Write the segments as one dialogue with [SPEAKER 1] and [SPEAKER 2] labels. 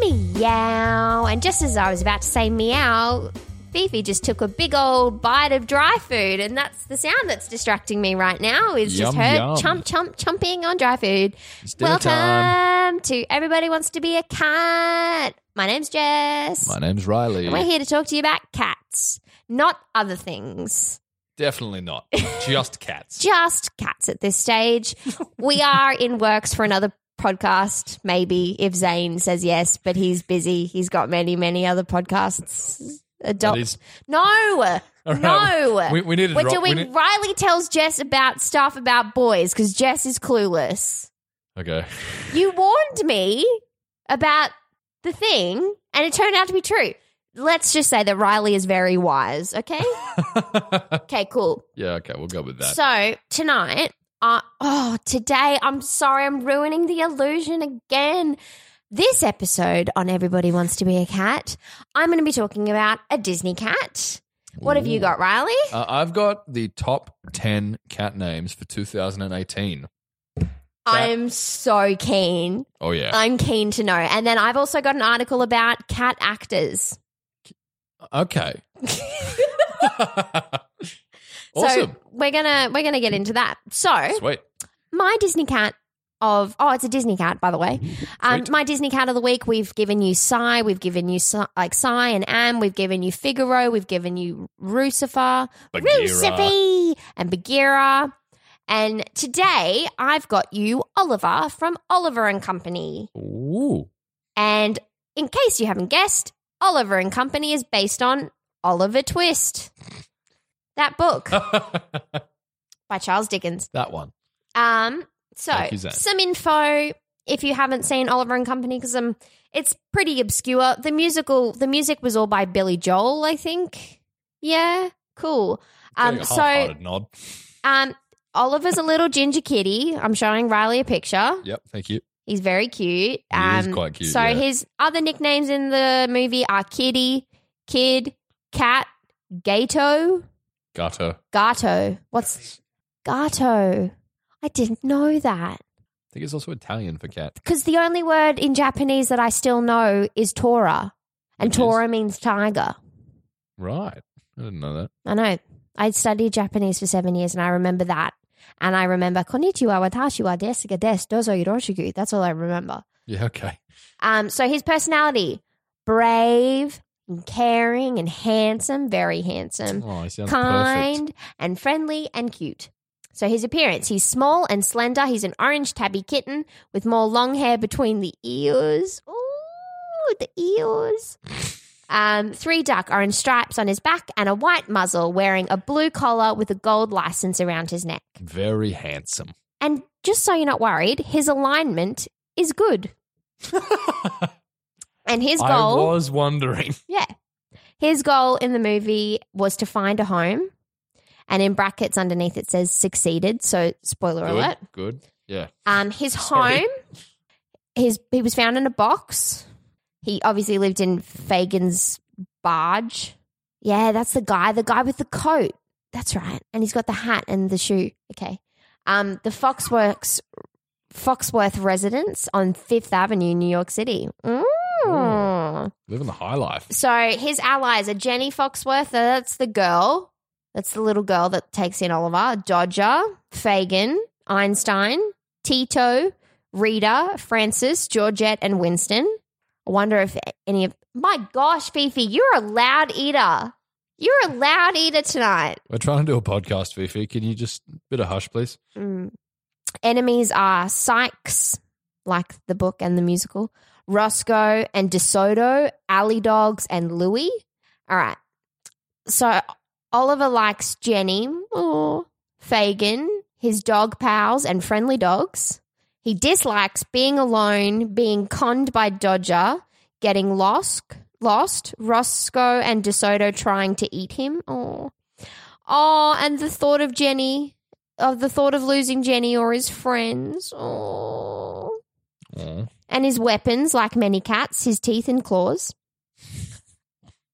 [SPEAKER 1] Meow. And just as I was about to say meow, Fifi just took a big old bite of dry food. And that's the sound that's distracting me right now is just
[SPEAKER 2] Yum,
[SPEAKER 1] her
[SPEAKER 2] yum.
[SPEAKER 1] chump, chump, chumping on dry food.
[SPEAKER 2] It's dinner
[SPEAKER 1] Welcome
[SPEAKER 2] time.
[SPEAKER 1] to Everybody Wants to Be a Cat. My name's Jess.
[SPEAKER 2] My name's Riley.
[SPEAKER 1] and we're here to talk to you about cats, not other things.
[SPEAKER 2] Definitely not. Just cats.
[SPEAKER 1] just cats at this stage. we are in works for another podcast, maybe if Zane says yes, but he's busy. He's got many, many other podcasts. Adopt.
[SPEAKER 2] That is-
[SPEAKER 1] no,
[SPEAKER 2] All right,
[SPEAKER 1] no.
[SPEAKER 2] we- we need to
[SPEAKER 1] We're
[SPEAKER 2] drop- we
[SPEAKER 1] doing.
[SPEAKER 2] need-
[SPEAKER 1] Riley tells Jess about stuff about boys because Jess is clueless.
[SPEAKER 2] Okay.
[SPEAKER 1] You warned me about the thing, and it turned out to be true. Let's just say that Riley is very wise. Okay. okay. Cool.
[SPEAKER 2] Yeah, okay, we'll go with that.
[SPEAKER 1] So tonight, uh, oh, today, I'm sorry, I'm ruining the illusion again. This episode on Everybody Wants to Be a Cat, I'm going to be talking about a Disney cat. What have you got, Riley?
[SPEAKER 2] uh, I've got the top 10 cat names for 2018.
[SPEAKER 1] I'm so keen.
[SPEAKER 2] Oh, yeah.
[SPEAKER 1] I'm keen to know. And then I've also got an article about cat actors. Uh,
[SPEAKER 2] okay. awesome.
[SPEAKER 1] So we're gonna we're gonna get into that. So
[SPEAKER 2] Sweet.
[SPEAKER 1] my Disney cat of oh, it's a Disney cat, by the way. Um,
[SPEAKER 2] Sweet.
[SPEAKER 1] my Disney cat of the week. We've given you Psy, we've given you Psy, like Psy and Am, we've given you Figaro, we've given you Lucifer,
[SPEAKER 2] Bagheera.
[SPEAKER 1] Lucifer, and Bagheera. And today I've got you Oliver from Oliver and Company.
[SPEAKER 2] Ooh.
[SPEAKER 1] And in case you haven't guessed, Oliver and Company is based on Oliver Twist, that book
[SPEAKER 2] that
[SPEAKER 1] by Charles Dickens.
[SPEAKER 2] one.
[SPEAKER 1] Um, so
[SPEAKER 2] Thank you, Zan.
[SPEAKER 1] some info if you haven't seen Oliver and Company because um, it's pretty obscure. The musical, the music was all by Billy Joel, I think. Yeah, cool.
[SPEAKER 2] Getting
[SPEAKER 1] Um,
[SPEAKER 2] a
[SPEAKER 1] so
[SPEAKER 2] half-hearted nod.
[SPEAKER 1] um, Oliver's a little ginger kitty. I'm showing Riley a picture.
[SPEAKER 2] Yep, thank you.
[SPEAKER 1] He's very cute. Um,
[SPEAKER 2] He is quite cute,
[SPEAKER 1] So
[SPEAKER 2] yeah.
[SPEAKER 1] his other nicknames in the movie are Kitty, Kid, Cat, Gato.
[SPEAKER 2] Gato.
[SPEAKER 1] Gato. What's Gato? I didn't know that.
[SPEAKER 2] I think it's also Italian for cat.
[SPEAKER 1] because the only word in Japanese that I still know is Tora, and
[SPEAKER 2] Which is-
[SPEAKER 1] Tora means tiger.
[SPEAKER 2] Right. I didn't know that.
[SPEAKER 1] I know. I studied Japanese for seven years, and I remember that. And I remember konnichiwa, watashi wa desu ga desu, dozo yoroshiku. That's all I remember.
[SPEAKER 2] Yeah, okay.
[SPEAKER 1] Um, so his personality: brave, and caring, and handsome. Very handsome
[SPEAKER 2] Oh, he sounds
[SPEAKER 1] Um, kind and friendly and cute. So his appearance, he's small and slender. He's an orange tabby kitten with more long hair between the ears. Ooh, the ears. Um, three dark orange stripes on his back and a white muzzle, wearing a blue collar with a gold license around his neck.
[SPEAKER 2] perfect. Very handsome.
[SPEAKER 1] And just so you're not worried, his alignment is good. And his goal.
[SPEAKER 2] I was wondering.
[SPEAKER 1] Yeah. His goal in the movie was to find a home. And in brackets underneath it says succeeded. So spoiler alert.
[SPEAKER 2] Good. Good. Yeah.
[SPEAKER 1] Um, his
[SPEAKER 2] Sorry.
[SPEAKER 1] home, his he was found in a box. He obviously lived in Fagin's barge. Yeah, that's the guy, the guy with the coat. That's right. And he's got the hat and the shoe. Okay. Um, the Foxworks Foxworth residence on Fifth Avenue, New York City. Mm.
[SPEAKER 2] Living the high life.
[SPEAKER 1] So his allies are Jenny Foxworth, uh, that's the girl, that's the little girl that takes in Oliver, Dodger, Fagin, Einstein, Tito, Rita, Francis, Georgette, and Winston. I wonder if any of. My gosh, Fifi, you're a loud eater. You're a loud eater tonight.
[SPEAKER 2] We're trying to do a podcast, Fifi. Can you just bit of hush, please?
[SPEAKER 1] Mm. Enemies are Sykes, like the book and the musical, Roscoe and DeSoto, Alley Dogs and Louie. All right. So Oliver likes Jenny, aw, Fagin, his dog pals, and friendly dogs. He dislikes being alone, being conned by Dodger, getting lost, lost, Roscoe and DeSoto trying to eat him. Oh, oh, and the thought of Jenny, of the thought of losing Jenny or his friends. Oh,
[SPEAKER 2] Aw.
[SPEAKER 1] and his weapons, like many cats, his teeth and claws.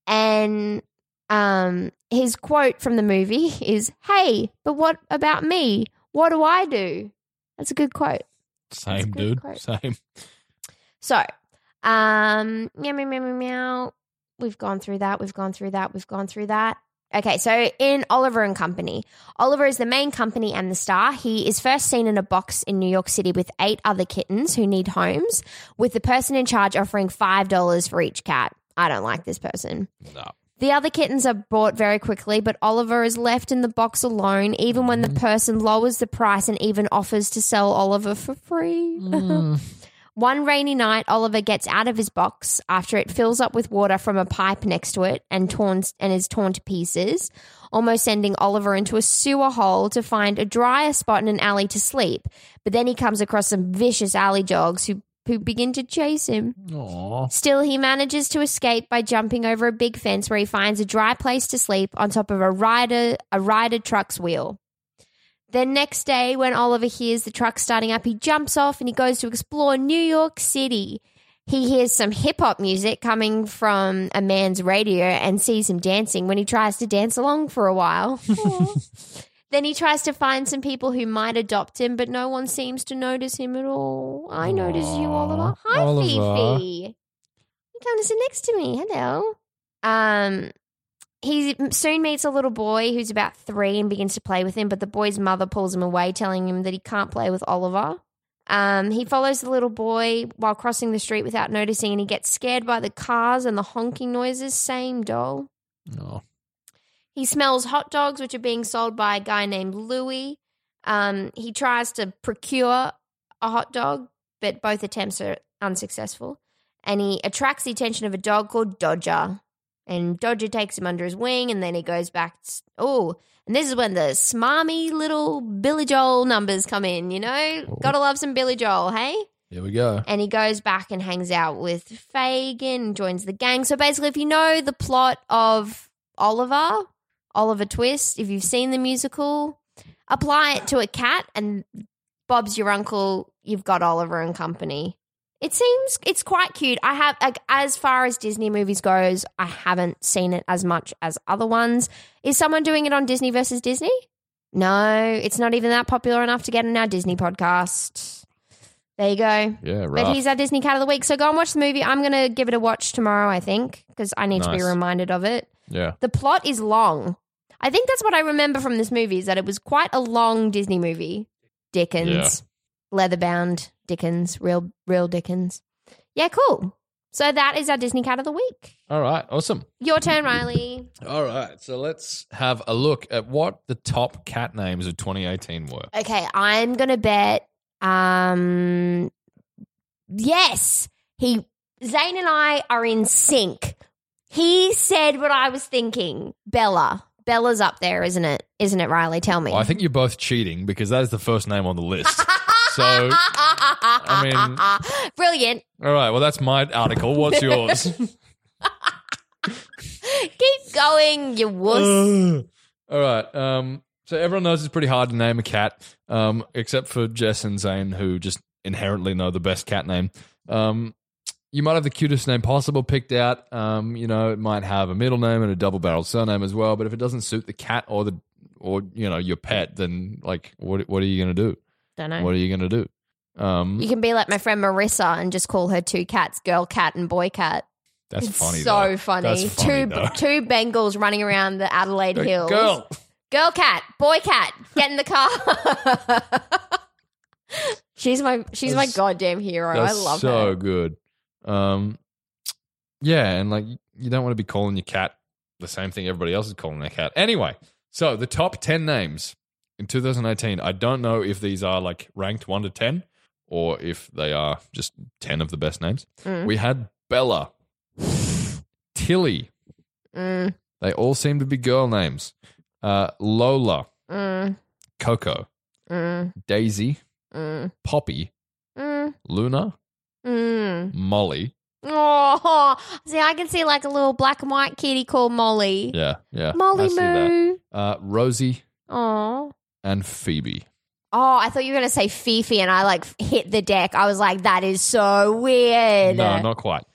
[SPEAKER 1] And um, his quote from the movie is, "Hey, but what about me? What do I do?" That's a good quote. That's a
[SPEAKER 2] Same,
[SPEAKER 1] good
[SPEAKER 2] dude.
[SPEAKER 1] quote.
[SPEAKER 2] Same.
[SPEAKER 1] So, um, meow, meow, meow, meow, meow. We've gone through that. We've gone through that. We've gone through that. Okay, so in Oliver and Company, Oliver is the main company and the star. He is first seen in a box in New York City with eight other kittens who need homes, with the person in charge offering $5 for each cat. I don't like this person.
[SPEAKER 2] No.
[SPEAKER 1] The other kittens are bought very quickly, but Oliver is left in the box alone, even when the person lowers the price and even offers to sell Oliver for free. One rainy night, Oliver gets out of his box after it fills up with water from a pipe next to it and torn and is torn to pieces, almost sending Oliver into a sewer hole to find a drier spot in an alley to sleep. But then he comes across some vicious alley dogs who who begin to chase him.
[SPEAKER 2] Aw.
[SPEAKER 1] Still, he manages to escape by jumping over a big fence where he finds a dry place to sleep on top of a rider a rider truck's wheel. The next day, when Oliver hears the truck starting up, he jumps off and he goes to explore New York City. He hears some hip hop music coming from a man's radio and sees him dancing when he tries to dance along for a while. Aw. then he tries to find some people who might adopt him, but no one seems to notice him at all. I notice you,
[SPEAKER 2] Aw,
[SPEAKER 1] Oliver. Hi,
[SPEAKER 2] Oliver.
[SPEAKER 1] Fifi. You come to sit next to me. Hello. Um, he soon meets a little boy who's about three and begins to play with him, but the boy's mother pulls him away, telling him that he can't play with Oliver. Um, he follows the little boy while crossing the street without noticing, and he gets scared by the cars and the honking noises. Same doll.
[SPEAKER 2] No.
[SPEAKER 1] He smells hot dogs, which are being sold by a guy named Louis. Um, he tries to procure a hot dog, but both attempts are unsuccessful. And he attracts the attention of a dog called Dodger. And Dodger takes him under his wing, and then he goes back. s oh, and this is when the smarmy little Billy Joel numbers come in, you know?
[SPEAKER 2] Oh.
[SPEAKER 1] Gotta love some Billy Joel, hey?
[SPEAKER 2] Here we go.
[SPEAKER 1] And he goes back and hangs out with Fagin and joins the gang. So basically, if you know the plot of Oliver, Oliver Twist, if you've seen the musical, apply it to a cat and Bob's your uncle, you've got Oliver and company. It seems it's quite cute. I have like as far as Disney movies goes, I haven't seen it as much as other ones. Is someone doing it on Disney versus Disney? No, it's not even that popular enough to get in our Disney podcast. There you go.
[SPEAKER 2] Yeah,
[SPEAKER 1] But
[SPEAKER 2] right.
[SPEAKER 1] he's our Disney cat of the week. So go and watch the movie. I'm going to give it a watch tomorrow, I think, because I need to be
[SPEAKER 2] Nice.
[SPEAKER 1] reminded of it.
[SPEAKER 2] Yeah.
[SPEAKER 1] The plot is long. I think that's what I remember from this movie is that it was quite a long Disney movie. Dickens, leatherbound Dickens, real real Dickens. Yeah, cool. So that is our Disney cat of the week.
[SPEAKER 2] All right. Awesome.
[SPEAKER 1] Your turn, Riley.
[SPEAKER 2] All right. So let's have a look at what the top cat names of 2018 were.
[SPEAKER 1] Okay, I'm gonna bet. Um, yes, he Zane and I are in sync. He said what I was thinking. Bella, Bella's up there, isn't it? Isn't it, Riley? Tell me.
[SPEAKER 2] Well, I think you're both cheating because that is the first name on the list. so, I
[SPEAKER 1] mean, brilliant.
[SPEAKER 2] all right. Well, that's my article. What's yours?
[SPEAKER 1] Keep going, you wuss.
[SPEAKER 2] Ugh. Uh, all right. Um, so everyone knows it's pretty hard to name a cat, um, except for Jess and Zane, who just inherently know the best cat name. Um, you might have the cutest name possible picked out. Um, you know, it might have a middle name and a double-barreled surname as well. But if it doesn't suit the cat or the or you know your pet, then like, what what are you gonna do?
[SPEAKER 1] Don't
[SPEAKER 2] What
[SPEAKER 1] know.
[SPEAKER 2] are you gonna do? Um,
[SPEAKER 1] You can be like my friend Marissa and just call her two cats, girl cat and boy cat.
[SPEAKER 2] that's
[SPEAKER 1] it's
[SPEAKER 2] funny.
[SPEAKER 1] so
[SPEAKER 2] though.
[SPEAKER 1] funny.
[SPEAKER 2] That's funny,
[SPEAKER 1] two
[SPEAKER 2] though.
[SPEAKER 1] two Bengals running around the Adelaide
[SPEAKER 2] Like,
[SPEAKER 1] Hills.
[SPEAKER 2] Girl,
[SPEAKER 1] Girl cat, boy cat, get in the car. she's my she's my
[SPEAKER 2] That's-
[SPEAKER 1] goddamn hero. I
[SPEAKER 2] That's
[SPEAKER 1] love
[SPEAKER 2] so
[SPEAKER 1] her.
[SPEAKER 2] good. Um, yeah, and like you don't want to be calling your cat the same thing everybody else is calling their cat. Anyway, so the top ten names in 2018. I don't know if these are like ranked one to ten or if they are just ten of the best names.
[SPEAKER 1] Mm.
[SPEAKER 2] We had Bella, Tilly,
[SPEAKER 1] Mm.
[SPEAKER 2] They all seem to be girl names. Uh, Lola,
[SPEAKER 1] Mm,
[SPEAKER 2] Coco,
[SPEAKER 1] mm,
[SPEAKER 2] Daisy,
[SPEAKER 1] mm,
[SPEAKER 2] Poppy,
[SPEAKER 1] mm,
[SPEAKER 2] Luna,
[SPEAKER 1] mm.
[SPEAKER 2] Molly.
[SPEAKER 1] Oh, see, I can see like a little black and white kitty called Molly.
[SPEAKER 2] Yeah, yeah. I
[SPEAKER 1] Molly
[SPEAKER 2] see that.
[SPEAKER 1] Moo.
[SPEAKER 2] Uh, Rosie
[SPEAKER 1] Oh.
[SPEAKER 2] and Phoebe.
[SPEAKER 1] Oh, I thought you were going to say Fifi, and I like hit the deck. I was like, that is so weird.
[SPEAKER 2] No, not quite.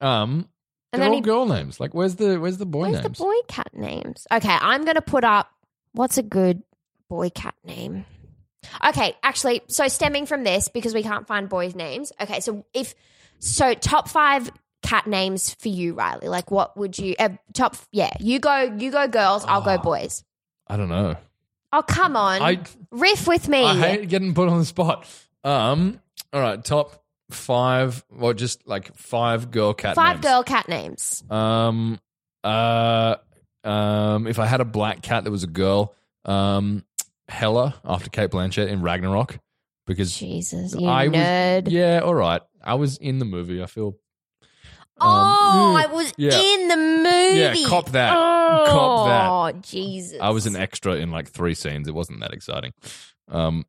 [SPEAKER 2] Um,
[SPEAKER 1] And
[SPEAKER 2] they're
[SPEAKER 1] then
[SPEAKER 2] all
[SPEAKER 1] he-
[SPEAKER 2] girl names. Like, where's the where's the boy
[SPEAKER 1] Where's
[SPEAKER 2] names?
[SPEAKER 1] the boy cat names? Okay, I'm going to put up what's a good boy cat name? Okay, actually, so stemming from this, because we can't find boys' names. Okay, so if, so top five cat names for you, Riley, like what would you, uh, top, yeah, you go, you go girls, I'll go
[SPEAKER 2] Ah.
[SPEAKER 1] boys.
[SPEAKER 2] I don't know.
[SPEAKER 1] Oh, come on.
[SPEAKER 2] I
[SPEAKER 1] Riff with me.
[SPEAKER 2] I hate getting put on the spot. Um, all right, top five. Well, just like five girl cat.
[SPEAKER 1] five
[SPEAKER 2] names.
[SPEAKER 1] girl cat names.
[SPEAKER 2] Um, uh, um, if I had a black cat that was a girl, um, Hella after Kate Blanchett in Ragnarok, because
[SPEAKER 1] Jesus, you
[SPEAKER 2] I was-
[SPEAKER 1] nerd.
[SPEAKER 2] yeah, all right, I was in the movie. I feel. um,
[SPEAKER 1] oh,
[SPEAKER 2] mm,
[SPEAKER 1] I was
[SPEAKER 2] yeah.
[SPEAKER 1] in the movie.
[SPEAKER 2] Yeah, cop that.
[SPEAKER 1] Oh,
[SPEAKER 2] Cop that.
[SPEAKER 1] Jesus.
[SPEAKER 2] I was an extra in like three scenes. It wasn't that exciting. Um,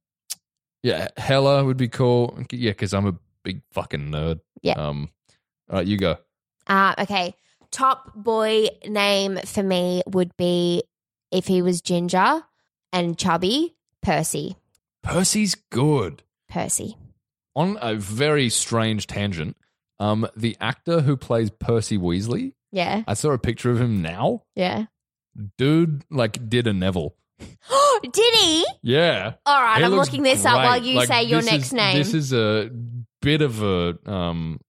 [SPEAKER 2] yeah, Hella would be cool. Yeah, because I'm a big fucking nerd.
[SPEAKER 1] Yeah.
[SPEAKER 2] Um, all right, you go.
[SPEAKER 1] Uh, okay. Top boy name for me would be if he was ginger and chubby, Percy.
[SPEAKER 2] Percy's good.
[SPEAKER 1] Percy.
[SPEAKER 2] On a very strange tangent, um, the actor who plays Percy Weasley,
[SPEAKER 1] Yeah.
[SPEAKER 2] I saw a picture of him now.
[SPEAKER 1] Yeah.
[SPEAKER 2] Dude, like, did a Neville.
[SPEAKER 1] Did he?
[SPEAKER 2] Yeah.
[SPEAKER 1] All right.
[SPEAKER 2] He
[SPEAKER 1] I'm
[SPEAKER 2] looks
[SPEAKER 1] looking this up
[SPEAKER 2] great.
[SPEAKER 1] while you
[SPEAKER 2] Like,
[SPEAKER 1] say your
[SPEAKER 2] this
[SPEAKER 1] next
[SPEAKER 2] is-
[SPEAKER 1] name.
[SPEAKER 2] This is a bit of a, um,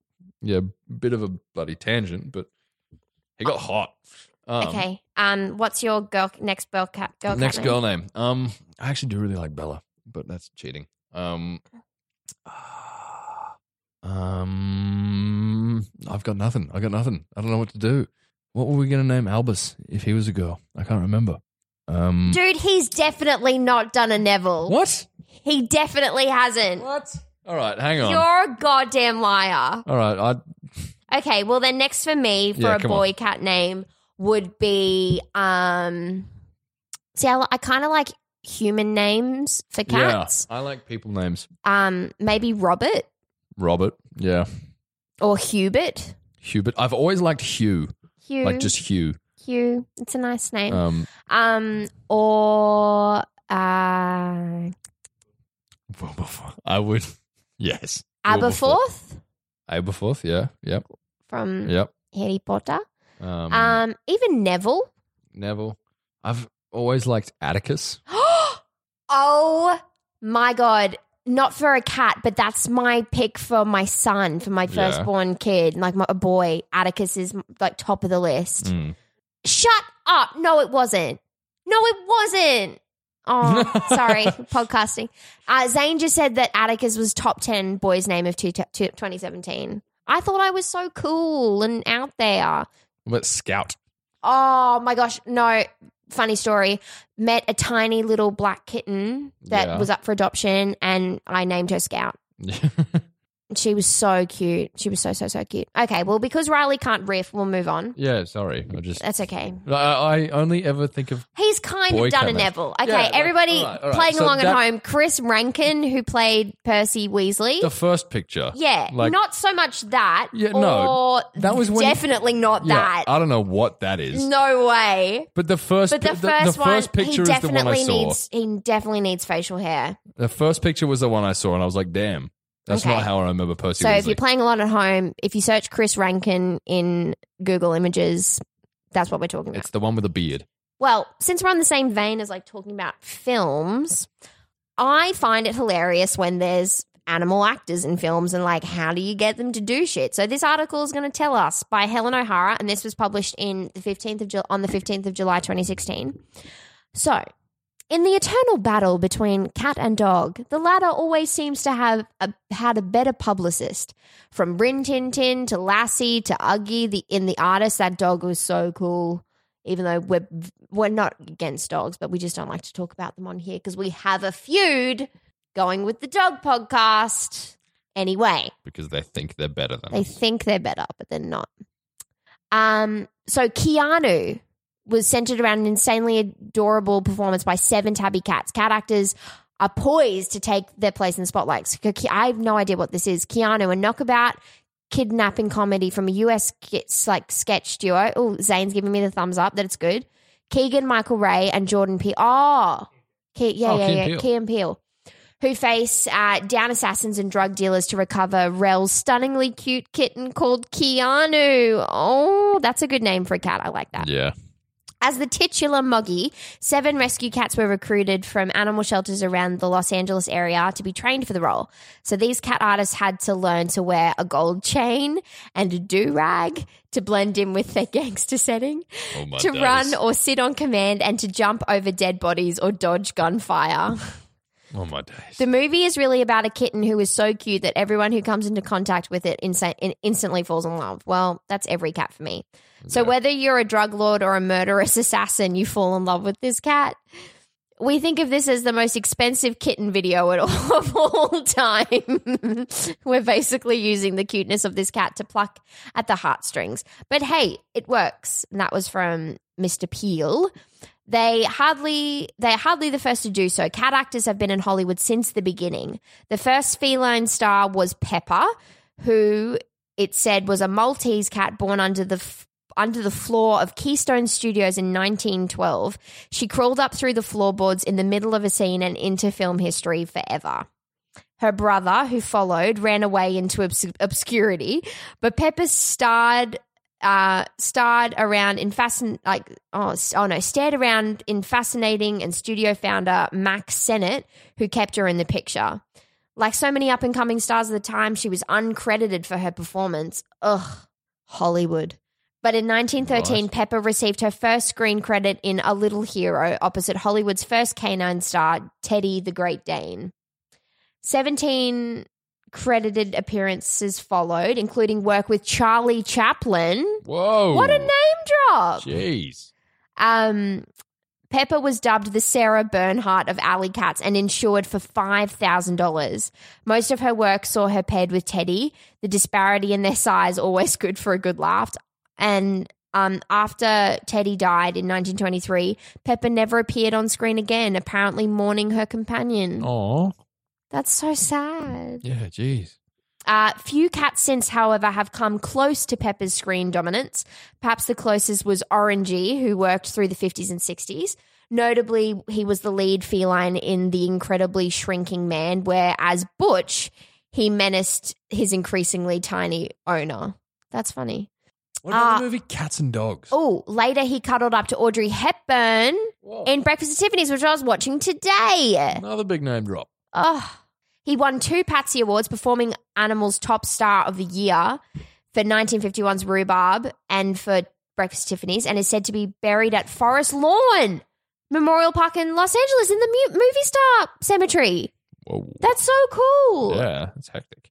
[SPEAKER 2] yeah, bit of a bloody tangent, but he got hot. Um,
[SPEAKER 1] okay. Um. What's your girl next girl cat? Girl
[SPEAKER 2] next
[SPEAKER 1] cat
[SPEAKER 2] girl name. Um, I actually do really like Bella, but that's cheating. Um, um, I've got nothing. I got nothing. I don't know what to do. What were we gonna name Albus if he was a girl? I can't remember. Um,
[SPEAKER 1] Name? Dude, he's definitely not done a Neville.
[SPEAKER 2] what?
[SPEAKER 1] He definitely hasn't.
[SPEAKER 2] What? All right, hang on.
[SPEAKER 1] You're a goddamn liar.
[SPEAKER 2] All right, I
[SPEAKER 1] Okay, well then next for me for
[SPEAKER 2] Yeah,
[SPEAKER 1] a
[SPEAKER 2] come
[SPEAKER 1] boy cat name would be um See I, li- I kind of like human names for cats.
[SPEAKER 2] yeah, I like people names.
[SPEAKER 1] Um maybe Robert
[SPEAKER 2] Robert. Yeah,
[SPEAKER 1] or Hubert.
[SPEAKER 2] Hubert. I've always liked Hugh,
[SPEAKER 1] Hugh.
[SPEAKER 2] like just Hugh.
[SPEAKER 1] Hugh. It's a nice name. Um,
[SPEAKER 2] Um,
[SPEAKER 1] or uh
[SPEAKER 2] Wilberforce. I would. Yes.
[SPEAKER 1] Aberforth
[SPEAKER 2] Aberforth. Yeah. Yep.
[SPEAKER 1] from
[SPEAKER 2] Yep.
[SPEAKER 1] Harry Potter.
[SPEAKER 2] Um,
[SPEAKER 1] Um even Neville.
[SPEAKER 2] Neville. I've always liked Atticus.
[SPEAKER 1] oh my god. Not for a cat, but that's my pick for my son, for my
[SPEAKER 2] Yeah.
[SPEAKER 1] firstborn kid, like my, a boy. Atticus is like top of the
[SPEAKER 2] Mm.
[SPEAKER 1] list.
[SPEAKER 2] Hmm.
[SPEAKER 1] Shut up. No, it wasn't. No, it wasn't. Oh, sorry, podcasting. Uh, Zane just said that Atticus was top 10 boys' name of two, two, 2017. I thought I was so cool and out there.
[SPEAKER 2] What about Scout?
[SPEAKER 1] Oh my gosh, no. Funny story. Met a tiny little black kitten that
[SPEAKER 2] Yeah.
[SPEAKER 1] was up for adoption and I named her Scout. She was so cute. She was so, so, so cute. Okay, well, because Riley can't riff, we'll move on.
[SPEAKER 2] yeah, sorry. I just. I,
[SPEAKER 1] That's okay.
[SPEAKER 2] I only ever think of.
[SPEAKER 1] He's kind
[SPEAKER 2] Boy
[SPEAKER 1] of done a
[SPEAKER 2] cat names.
[SPEAKER 1] Neville. Okay,
[SPEAKER 2] Yeah, like-
[SPEAKER 1] everybody
[SPEAKER 2] all right, all right.
[SPEAKER 1] playing
[SPEAKER 2] So
[SPEAKER 1] along
[SPEAKER 2] that-
[SPEAKER 1] at home. Chris Rankin, who played Percy Weasley.
[SPEAKER 2] The first picture.
[SPEAKER 1] yeah,
[SPEAKER 2] like-
[SPEAKER 1] not so much that.
[SPEAKER 2] Yeah, no.
[SPEAKER 1] Or
[SPEAKER 2] That was when-
[SPEAKER 1] definitely not
[SPEAKER 2] Yeah,
[SPEAKER 1] that.
[SPEAKER 2] I don't know what that is.
[SPEAKER 1] no way.
[SPEAKER 2] But the first,
[SPEAKER 1] But the
[SPEAKER 2] pi-
[SPEAKER 1] first,
[SPEAKER 2] the, first
[SPEAKER 1] one,
[SPEAKER 2] picture
[SPEAKER 1] he
[SPEAKER 2] is the one I
[SPEAKER 1] definitely
[SPEAKER 2] saw.
[SPEAKER 1] needs. He definitely needs facial hair.
[SPEAKER 2] The first picture was the one I saw, and I was like, "Damn, that's
[SPEAKER 1] Okay.
[SPEAKER 2] not how I remember Percy."
[SPEAKER 1] so if
[SPEAKER 2] Weasley.
[SPEAKER 1] you're playing along at home, if you search Chris Rankin in Google Images, that's what we're talking about.
[SPEAKER 2] it's the one with the beard.
[SPEAKER 1] Well, since we're on the same vein as like talking about films, I find it hilarious when there's animal actors in films and like how do you get them to do shit? So this article is going to tell us by Helen O'Hara and this was published in the 15th of Ju- on the 15th of July 2016. So, in the eternal battle between cat and dog, the latter always seems to have a, had a better publicist. From Rin Tin Tin to Lassie to Uggy, the in the artist, that dog was so cool even though we're we're not against dogs, but we just don't like to talk about them on here because we have a feud going with the dog podcast. Anyway,
[SPEAKER 2] because they think they're better than
[SPEAKER 1] they
[SPEAKER 2] us.
[SPEAKER 1] think they're better, but they're not. Um, so Keanu was centered around an insanely adorable performance by seven tabby cats. Cat actors are poised to take their place in the spotlight. So, Ki- I have no idea what this is. Keanu, a knockabout kidnapping comedy from a US ki- like sketch duo. Oh, Zane's giving me the thumbs up that it's good. Keegan Michael Ray and Jordan Peele. Oh, Ke- yeah,
[SPEAKER 2] Oh,
[SPEAKER 1] yeah,
[SPEAKER 2] Key and
[SPEAKER 1] yeah.
[SPEAKER 2] Peele.
[SPEAKER 1] Key and Peele who face uh, down assassins and drug dealers to recover Rel's stunningly cute kitten called Keanu. Oh, that's a good name for a cat. I like that.
[SPEAKER 2] Yeah.
[SPEAKER 1] As the titular Moggy, seven rescue cats were recruited from animal shelters around the Los Angeles area to be trained for the role. So these cat artists had to learn to wear a gold chain and a do rag to blend in with their gangster setting,
[SPEAKER 2] Oh my
[SPEAKER 1] to
[SPEAKER 2] days.
[SPEAKER 1] run or sit on command, and to jump over dead bodies or dodge gunfire.
[SPEAKER 2] Oh my days.
[SPEAKER 1] The movie is really about a kitten who is so cute that everyone who comes into contact with it insa- in- instantly falls in love. Well, that's every cat for me. So whether you're a drug lord or a murderous assassin, you fall in love with this cat. We think of this as the most expensive kitten video at all, of all time. We're basically using the cuteness of this cat to pluck at the heartstrings. But hey, it works. And that was from Mr. Peel. They hardly they're hardly the first to do so. Cat actors have been in Hollywood since the beginning. The first feline star was Pepper, who it said was a Maltese cat born under the f- under the floor of Keystone Studios in 1912. She crawled up through the floorboards in the middle of a scene and into film history forever. Her brother, who followed, ran away into obs- obscurity, but Pepper starred uh, starred around in fascin like oh, s- oh no stared around in fascinating and studio founder Max Sennett, who kept her in the picture. Like so many up and coming stars of the time, she was uncredited for her performance. Ugh, Hollywood. But in 1913,
[SPEAKER 2] Right.
[SPEAKER 1] Pepper received her first screen credit in A Little Hero opposite Hollywood's first canine star, Teddy the Great Dane. 17 credited appearances followed, including work with Charlie Chaplin.
[SPEAKER 2] Whoa.
[SPEAKER 1] What a name drop!
[SPEAKER 2] Jeez.
[SPEAKER 1] Um, Pepper was dubbed the Sarah Bernhardt of Alley Cats and insured for $5,000. Most of her work saw her paired with Teddy. The disparity in their size always good for a good laugh. And um, after Teddy died in 1923, Pepper never appeared on screen again, apparently mourning her companion.
[SPEAKER 2] Oh.
[SPEAKER 1] That's so sad.
[SPEAKER 2] Yeah. Jeez.
[SPEAKER 1] Uh, few cats since, however, have come close to Pepper's screen dominance. Perhaps the closest was Orangey, who worked through the 50s and 60s. Notably, he was the lead feline in The Incredibly Shrinking Man, where as Butch, he menaced his increasingly tiny owner. That's funny.
[SPEAKER 2] What about
[SPEAKER 1] Uh,
[SPEAKER 2] the movie Cats and Dogs?
[SPEAKER 1] Oh, later he cuddled up to Audrey Hepburn
[SPEAKER 2] Whoa.
[SPEAKER 1] in Breakfast at Tiffany's, which I was watching today.
[SPEAKER 2] Another big name drop.
[SPEAKER 1] Oh, he won two Patsy Awards, performing Animal's Top Star of the Year for 1951's Rhubarb and for Breakfast at Tiffany's, and is said to be buried at Forest Lawn Memorial Park in Los Angeles in the mu- movie star cemetery.
[SPEAKER 2] Whoa.
[SPEAKER 1] That's so cool.
[SPEAKER 2] yeah. That's hectic.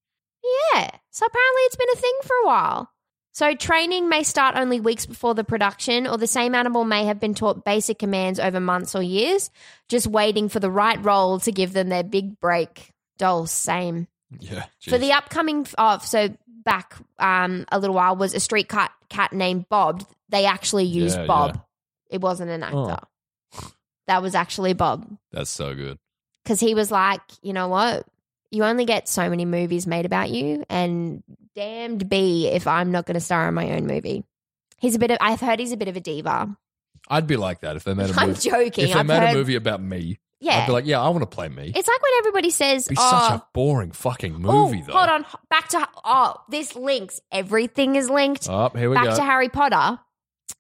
[SPEAKER 1] Yeah. So apparently it's been a thing for a while. So training may start only weeks before the production, or the same animal may have been taught basic commands over months or years, just waiting for the right role to give them their big break. Dole, same.
[SPEAKER 2] Yeah.
[SPEAKER 1] For
[SPEAKER 2] jeez.
[SPEAKER 1] the upcoming, oh, so back um, a little while was a street cat, cat named Bob. They actually used
[SPEAKER 2] Yeah,
[SPEAKER 1] Bob. It wasn't an actor.
[SPEAKER 2] Oh.
[SPEAKER 1] That was actually Bob
[SPEAKER 2] That's so good.
[SPEAKER 1] because he was like, you know what? You only get so many movies made about you, and damned be if I'm not going to star in my own movie. He's a bit of, I've heard he's a bit of a diva.
[SPEAKER 2] I'd be like that if they made a
[SPEAKER 1] I'm
[SPEAKER 2] movie.
[SPEAKER 1] joking.
[SPEAKER 2] If they
[SPEAKER 1] I've
[SPEAKER 2] made
[SPEAKER 1] heard,
[SPEAKER 2] a movie about me, I'd
[SPEAKER 1] yeah.
[SPEAKER 2] be like, yeah, I want to play me.
[SPEAKER 1] it's like when everybody says,
[SPEAKER 2] It'd be
[SPEAKER 1] oh,
[SPEAKER 2] such a boring fucking
[SPEAKER 1] oh,
[SPEAKER 2] movie, though.
[SPEAKER 1] hold on, h- back to, oh, this links. Everything is linked.
[SPEAKER 2] Up here we
[SPEAKER 1] back
[SPEAKER 2] go.
[SPEAKER 1] to Harry Potter.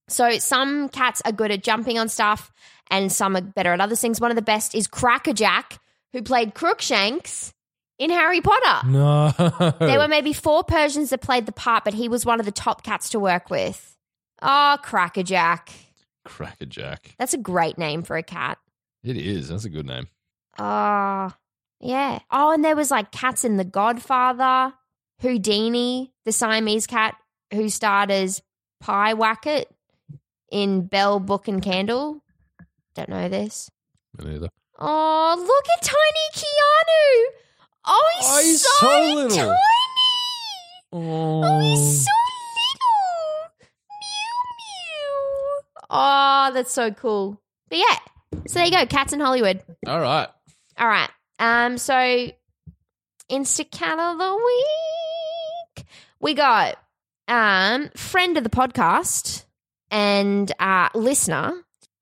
[SPEAKER 1] So some cats are good at jumping on stuff, and some are better at other things. One of the best is Crackerjack, who played Crookshanks in Harry Potter.
[SPEAKER 2] no.
[SPEAKER 1] There were maybe four Persians that played the part, but he was one of the top cats to work with. Oh, Crackerjack.
[SPEAKER 2] Crackerjack.
[SPEAKER 1] That's a great name for a cat.
[SPEAKER 2] It is. That's a good name.
[SPEAKER 1] Oh, yeah. Oh, and there was like cats in The Godfather, Houdini, the Siamese cat who starred as Pie Wacket in Bell, Book, and Candle. Don't know this.
[SPEAKER 2] Me neither.
[SPEAKER 1] Oh, look at tiny Keanu. Oh, he's,
[SPEAKER 2] Oh, he's
[SPEAKER 1] so,
[SPEAKER 2] so little.
[SPEAKER 1] tiny.
[SPEAKER 2] Oh, Oh.
[SPEAKER 1] Oh, he's so little. Mew mew. Oh, that's so cool. But yeah, so there you go. Cats in Hollywood.
[SPEAKER 2] All right.
[SPEAKER 1] All right. Um. So, Instacat of the week. We got um friend of the podcast and uh listener.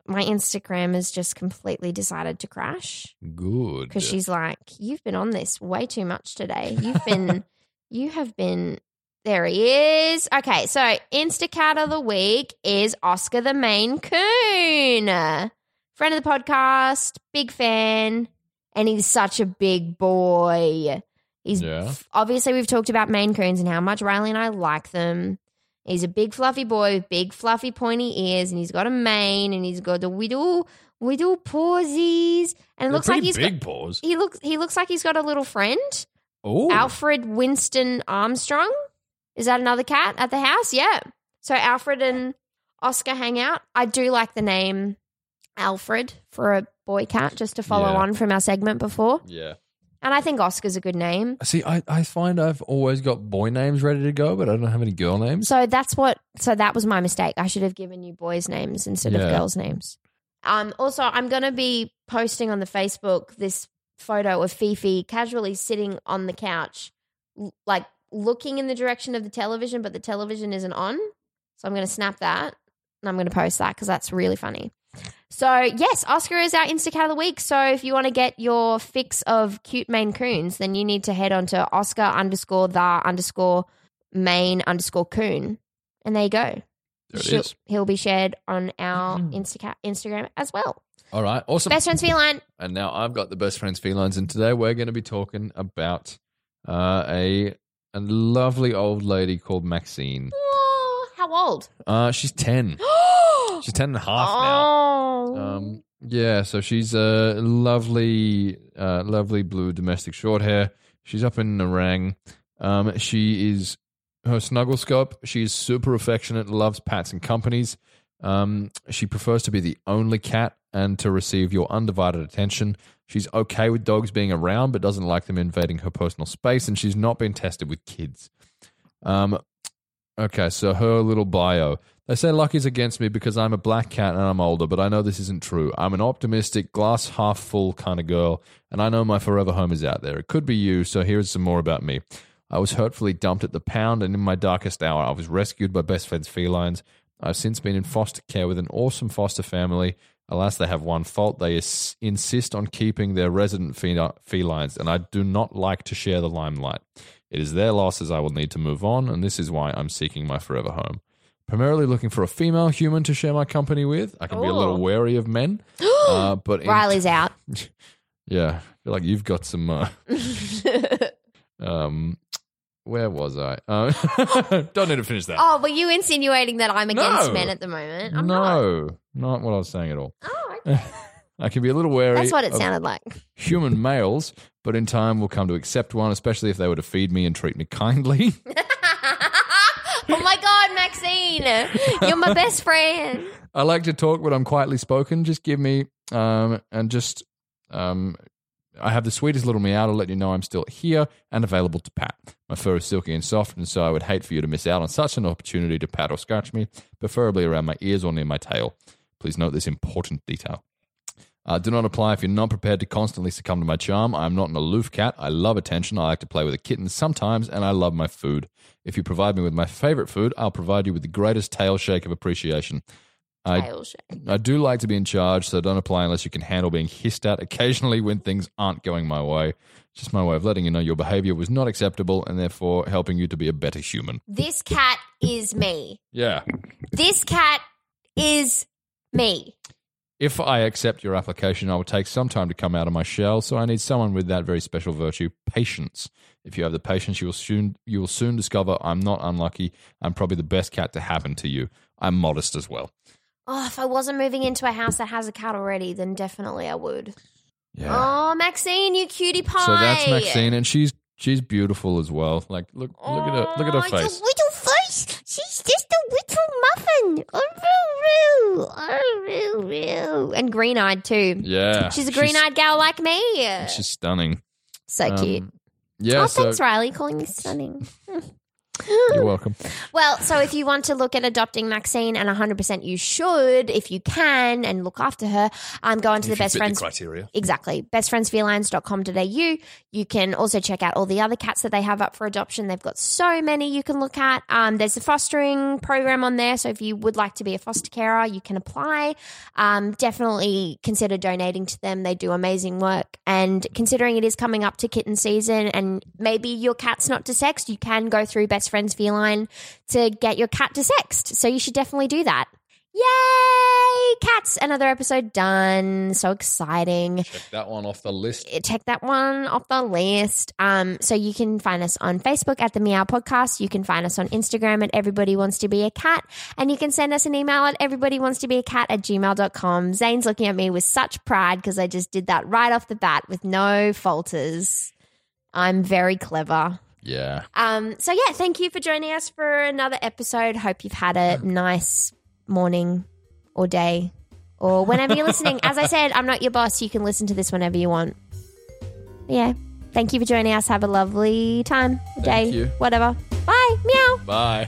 [SPEAKER 1] My Instagram has just completely decided to crash
[SPEAKER 2] Good.
[SPEAKER 1] because she's like, "You've been on this way too much today. You've been, you have been." There he is. Okay, so Instacat of the week is Oscar the Maine Coon, friend of the podcast, big fan, and he's such a big boy. He's
[SPEAKER 2] Yeah.
[SPEAKER 1] obviously we've talked about Maine Coons and how much Riley and I like them. He's a big fluffy boy with big fluffy pointy ears, and he's got a mane, and he's got the widdle widdle pawsies, and it looks like he's got-
[SPEAKER 2] big paws.
[SPEAKER 1] he looks he looks like he's got a little friend.
[SPEAKER 2] Oh,
[SPEAKER 1] Alfred Winston Armstrong. Is that another cat at the house? Yeah. So Alfred and Oscar hang out. I do like the name Alfred for a boy cat, just to follow
[SPEAKER 2] Yeah.
[SPEAKER 1] on from our segment before.
[SPEAKER 2] Yeah.
[SPEAKER 1] And I think Oscar's a good name.
[SPEAKER 2] See, I, I find I've always got boy names ready to go, but I don't have any girl names.
[SPEAKER 1] So that's what. So that was my mistake. I should have given you boys' names instead of
[SPEAKER 2] Yeah.
[SPEAKER 1] girls' names. Um. Also, I'm gonna be posting on the Facebook this photo of Fifi casually sitting on the couch, l- like looking in the direction of the television, but the television isn't on. So I'm gonna snap that and I'm gonna post that because that's really funny. So yes, Oscar is our Instacat of the week. So if you want to get your fix of cute Maine Coons, then you need to head on to Oscar underscore the underscore main underscore coon. And there you go.
[SPEAKER 2] There it
[SPEAKER 1] She'll-
[SPEAKER 2] is.
[SPEAKER 1] He'll be shared on our Instaca- Instagram as well.
[SPEAKER 2] All right. Awesome.
[SPEAKER 1] Best friends feline.
[SPEAKER 2] and now I've got the best friends felines, and today we're going to be talking about uh, a a lovely old lady called Maxine.
[SPEAKER 1] Oh, how old?
[SPEAKER 2] Uh, she's ten. She's ten and a half now.
[SPEAKER 1] oh.
[SPEAKER 2] Um, yeah, so she's a lovely, uh, lovely blue domestic short hair. She's up in Narang. Um, she is her snuggle scope. She is super affectionate, loves pats and companies. Um, she prefers to be the only cat and to receive your undivided attention. She's okay with dogs being around, but doesn't like them invading her personal space, and she's not been tested with kids. Um, Okay, so her little bio. They say luck is against me because I'm a black cat and I'm older, but I know this isn't true. I'm an optimistic, glass half full kind of girl, and I know my forever home is out there. It could be you, so here's some more about me. I was hurtfully dumped at the pound, and in my darkest hour, I was rescued by best friends felines. I've since been in foster care with an awesome foster family. Alas, they have one fault. They is- insist on keeping their resident fel- felines, and I do not like to share the limelight. It is their losses I will need to move on, and this is why I'm seeking my forever home. Primarily looking for a female human to share my company with. I can be a little
[SPEAKER 1] Ooh.
[SPEAKER 2] wary of men, uh, but in-
[SPEAKER 1] Riley's out.
[SPEAKER 2] yeah, I feel like you've got some. Uh, um, where was I? Uh, don't need to finish that.
[SPEAKER 1] oh, were you insinuating that I'm against
[SPEAKER 2] No.
[SPEAKER 1] men at the moment?
[SPEAKER 2] no,
[SPEAKER 1] I'm not.
[SPEAKER 2] not what I was saying at all.
[SPEAKER 1] Oh, okay.
[SPEAKER 2] I can be a little wary.
[SPEAKER 1] That's what it
[SPEAKER 2] of
[SPEAKER 1] sounded like.
[SPEAKER 2] Human males, but in time will come to accept one, especially if they were to feed me and treat me kindly.
[SPEAKER 1] oh my God, Maxine. You're my best friend.
[SPEAKER 2] I like to talk, but I'm quietly spoken. Just give me, um, and just, um, I have the sweetest little meow to let you know I'm still here and available to pat. My fur is silky and soft, and so I would hate for you to miss out on such an opportunity to pat or scratch me, preferably around my ears or near my tail. Please note this important detail. Uh, do not apply if you're not prepared to constantly succumb to my charm. I am not an aloof cat. I love attention. I like to play with a kitten sometimes, and I love my food. If you provide me with my favorite food, I'll provide you with the greatest tail shake of appreciation. I
[SPEAKER 1] Tail shake.
[SPEAKER 2] I do like to be in charge, so don't apply unless you can handle being hissed at occasionally when things aren't going my way. It's Just my way of letting you know your behavior was not acceptable and therefore helping you to be a better human.
[SPEAKER 1] This cat is me.
[SPEAKER 2] Yeah.
[SPEAKER 1] This cat is me.
[SPEAKER 2] If I accept your application, I will take some time to come out of my shell, so I need someone with that very special virtue, patience. If you have the patience, you will soon you will soon discover I'm not unlucky. I'm probably the best cat to happen to you. I'm modest as well.
[SPEAKER 1] Oh, if I wasn't moving into a house that has a cat already, then definitely I would.
[SPEAKER 2] Yeah.
[SPEAKER 1] Oh, Maxine, you cutie pie.
[SPEAKER 2] So that's Maxine, and she's she's beautiful as well. Like look look at her look at her
[SPEAKER 1] Oh,
[SPEAKER 2] face.
[SPEAKER 1] It's a little face. She's just a little muffin. Oh, roo, roo. Oh, roo, roo. And green eyed, too.
[SPEAKER 2] Yeah,
[SPEAKER 1] She's a green eyed gal like me.
[SPEAKER 2] She's stunning.
[SPEAKER 1] So cute.
[SPEAKER 2] Um, yeah,
[SPEAKER 1] oh,
[SPEAKER 2] so
[SPEAKER 1] thanks, Riley, calling me stunning.
[SPEAKER 2] You're welcome.
[SPEAKER 1] Well, so if you want to look at adopting Maxine, and 100% you should, if you can, and look after her, um, go onto the
[SPEAKER 2] If you
[SPEAKER 1] best
[SPEAKER 2] fit
[SPEAKER 1] friends.
[SPEAKER 2] criteria.
[SPEAKER 1] Exactly. Bestfriendsfelines.com.au. You can also check out all the other cats that they have up for adoption. They've got so many you can look at. Um, there's a fostering program on there. So if you would like to be a foster carer, you can apply. Um, definitely consider donating to them. They do amazing work. And considering it is coming up to kitten season and maybe your cat's not desexed, you can go through Best Friends Feline to get your cat desexed. So you should definitely do that. Yay! Cats, another episode done. So exciting.
[SPEAKER 2] Check that one off the list.
[SPEAKER 1] Check that one off the list. Um, so you can find us on Facebook at the Meow Podcast. You can find us on Instagram at Everybody Wants to Be a Cat. And you can send us an email at Everybody Wants to Be a Cat at gmail.com. Zane's looking at me with such pride because I just did that right off the bat with no falters. I'm very clever.
[SPEAKER 2] Yeah.
[SPEAKER 1] Um, so yeah, thank you for joining us for another episode. Hope you've had a nice morning or day or whenever you're listening. As I said, I'm not your boss. You can listen to this whenever you want. Yeah. Thank you for joining us. Have a lovely time, day,
[SPEAKER 2] you.
[SPEAKER 1] whatever. Bye. Meow.
[SPEAKER 2] Bye.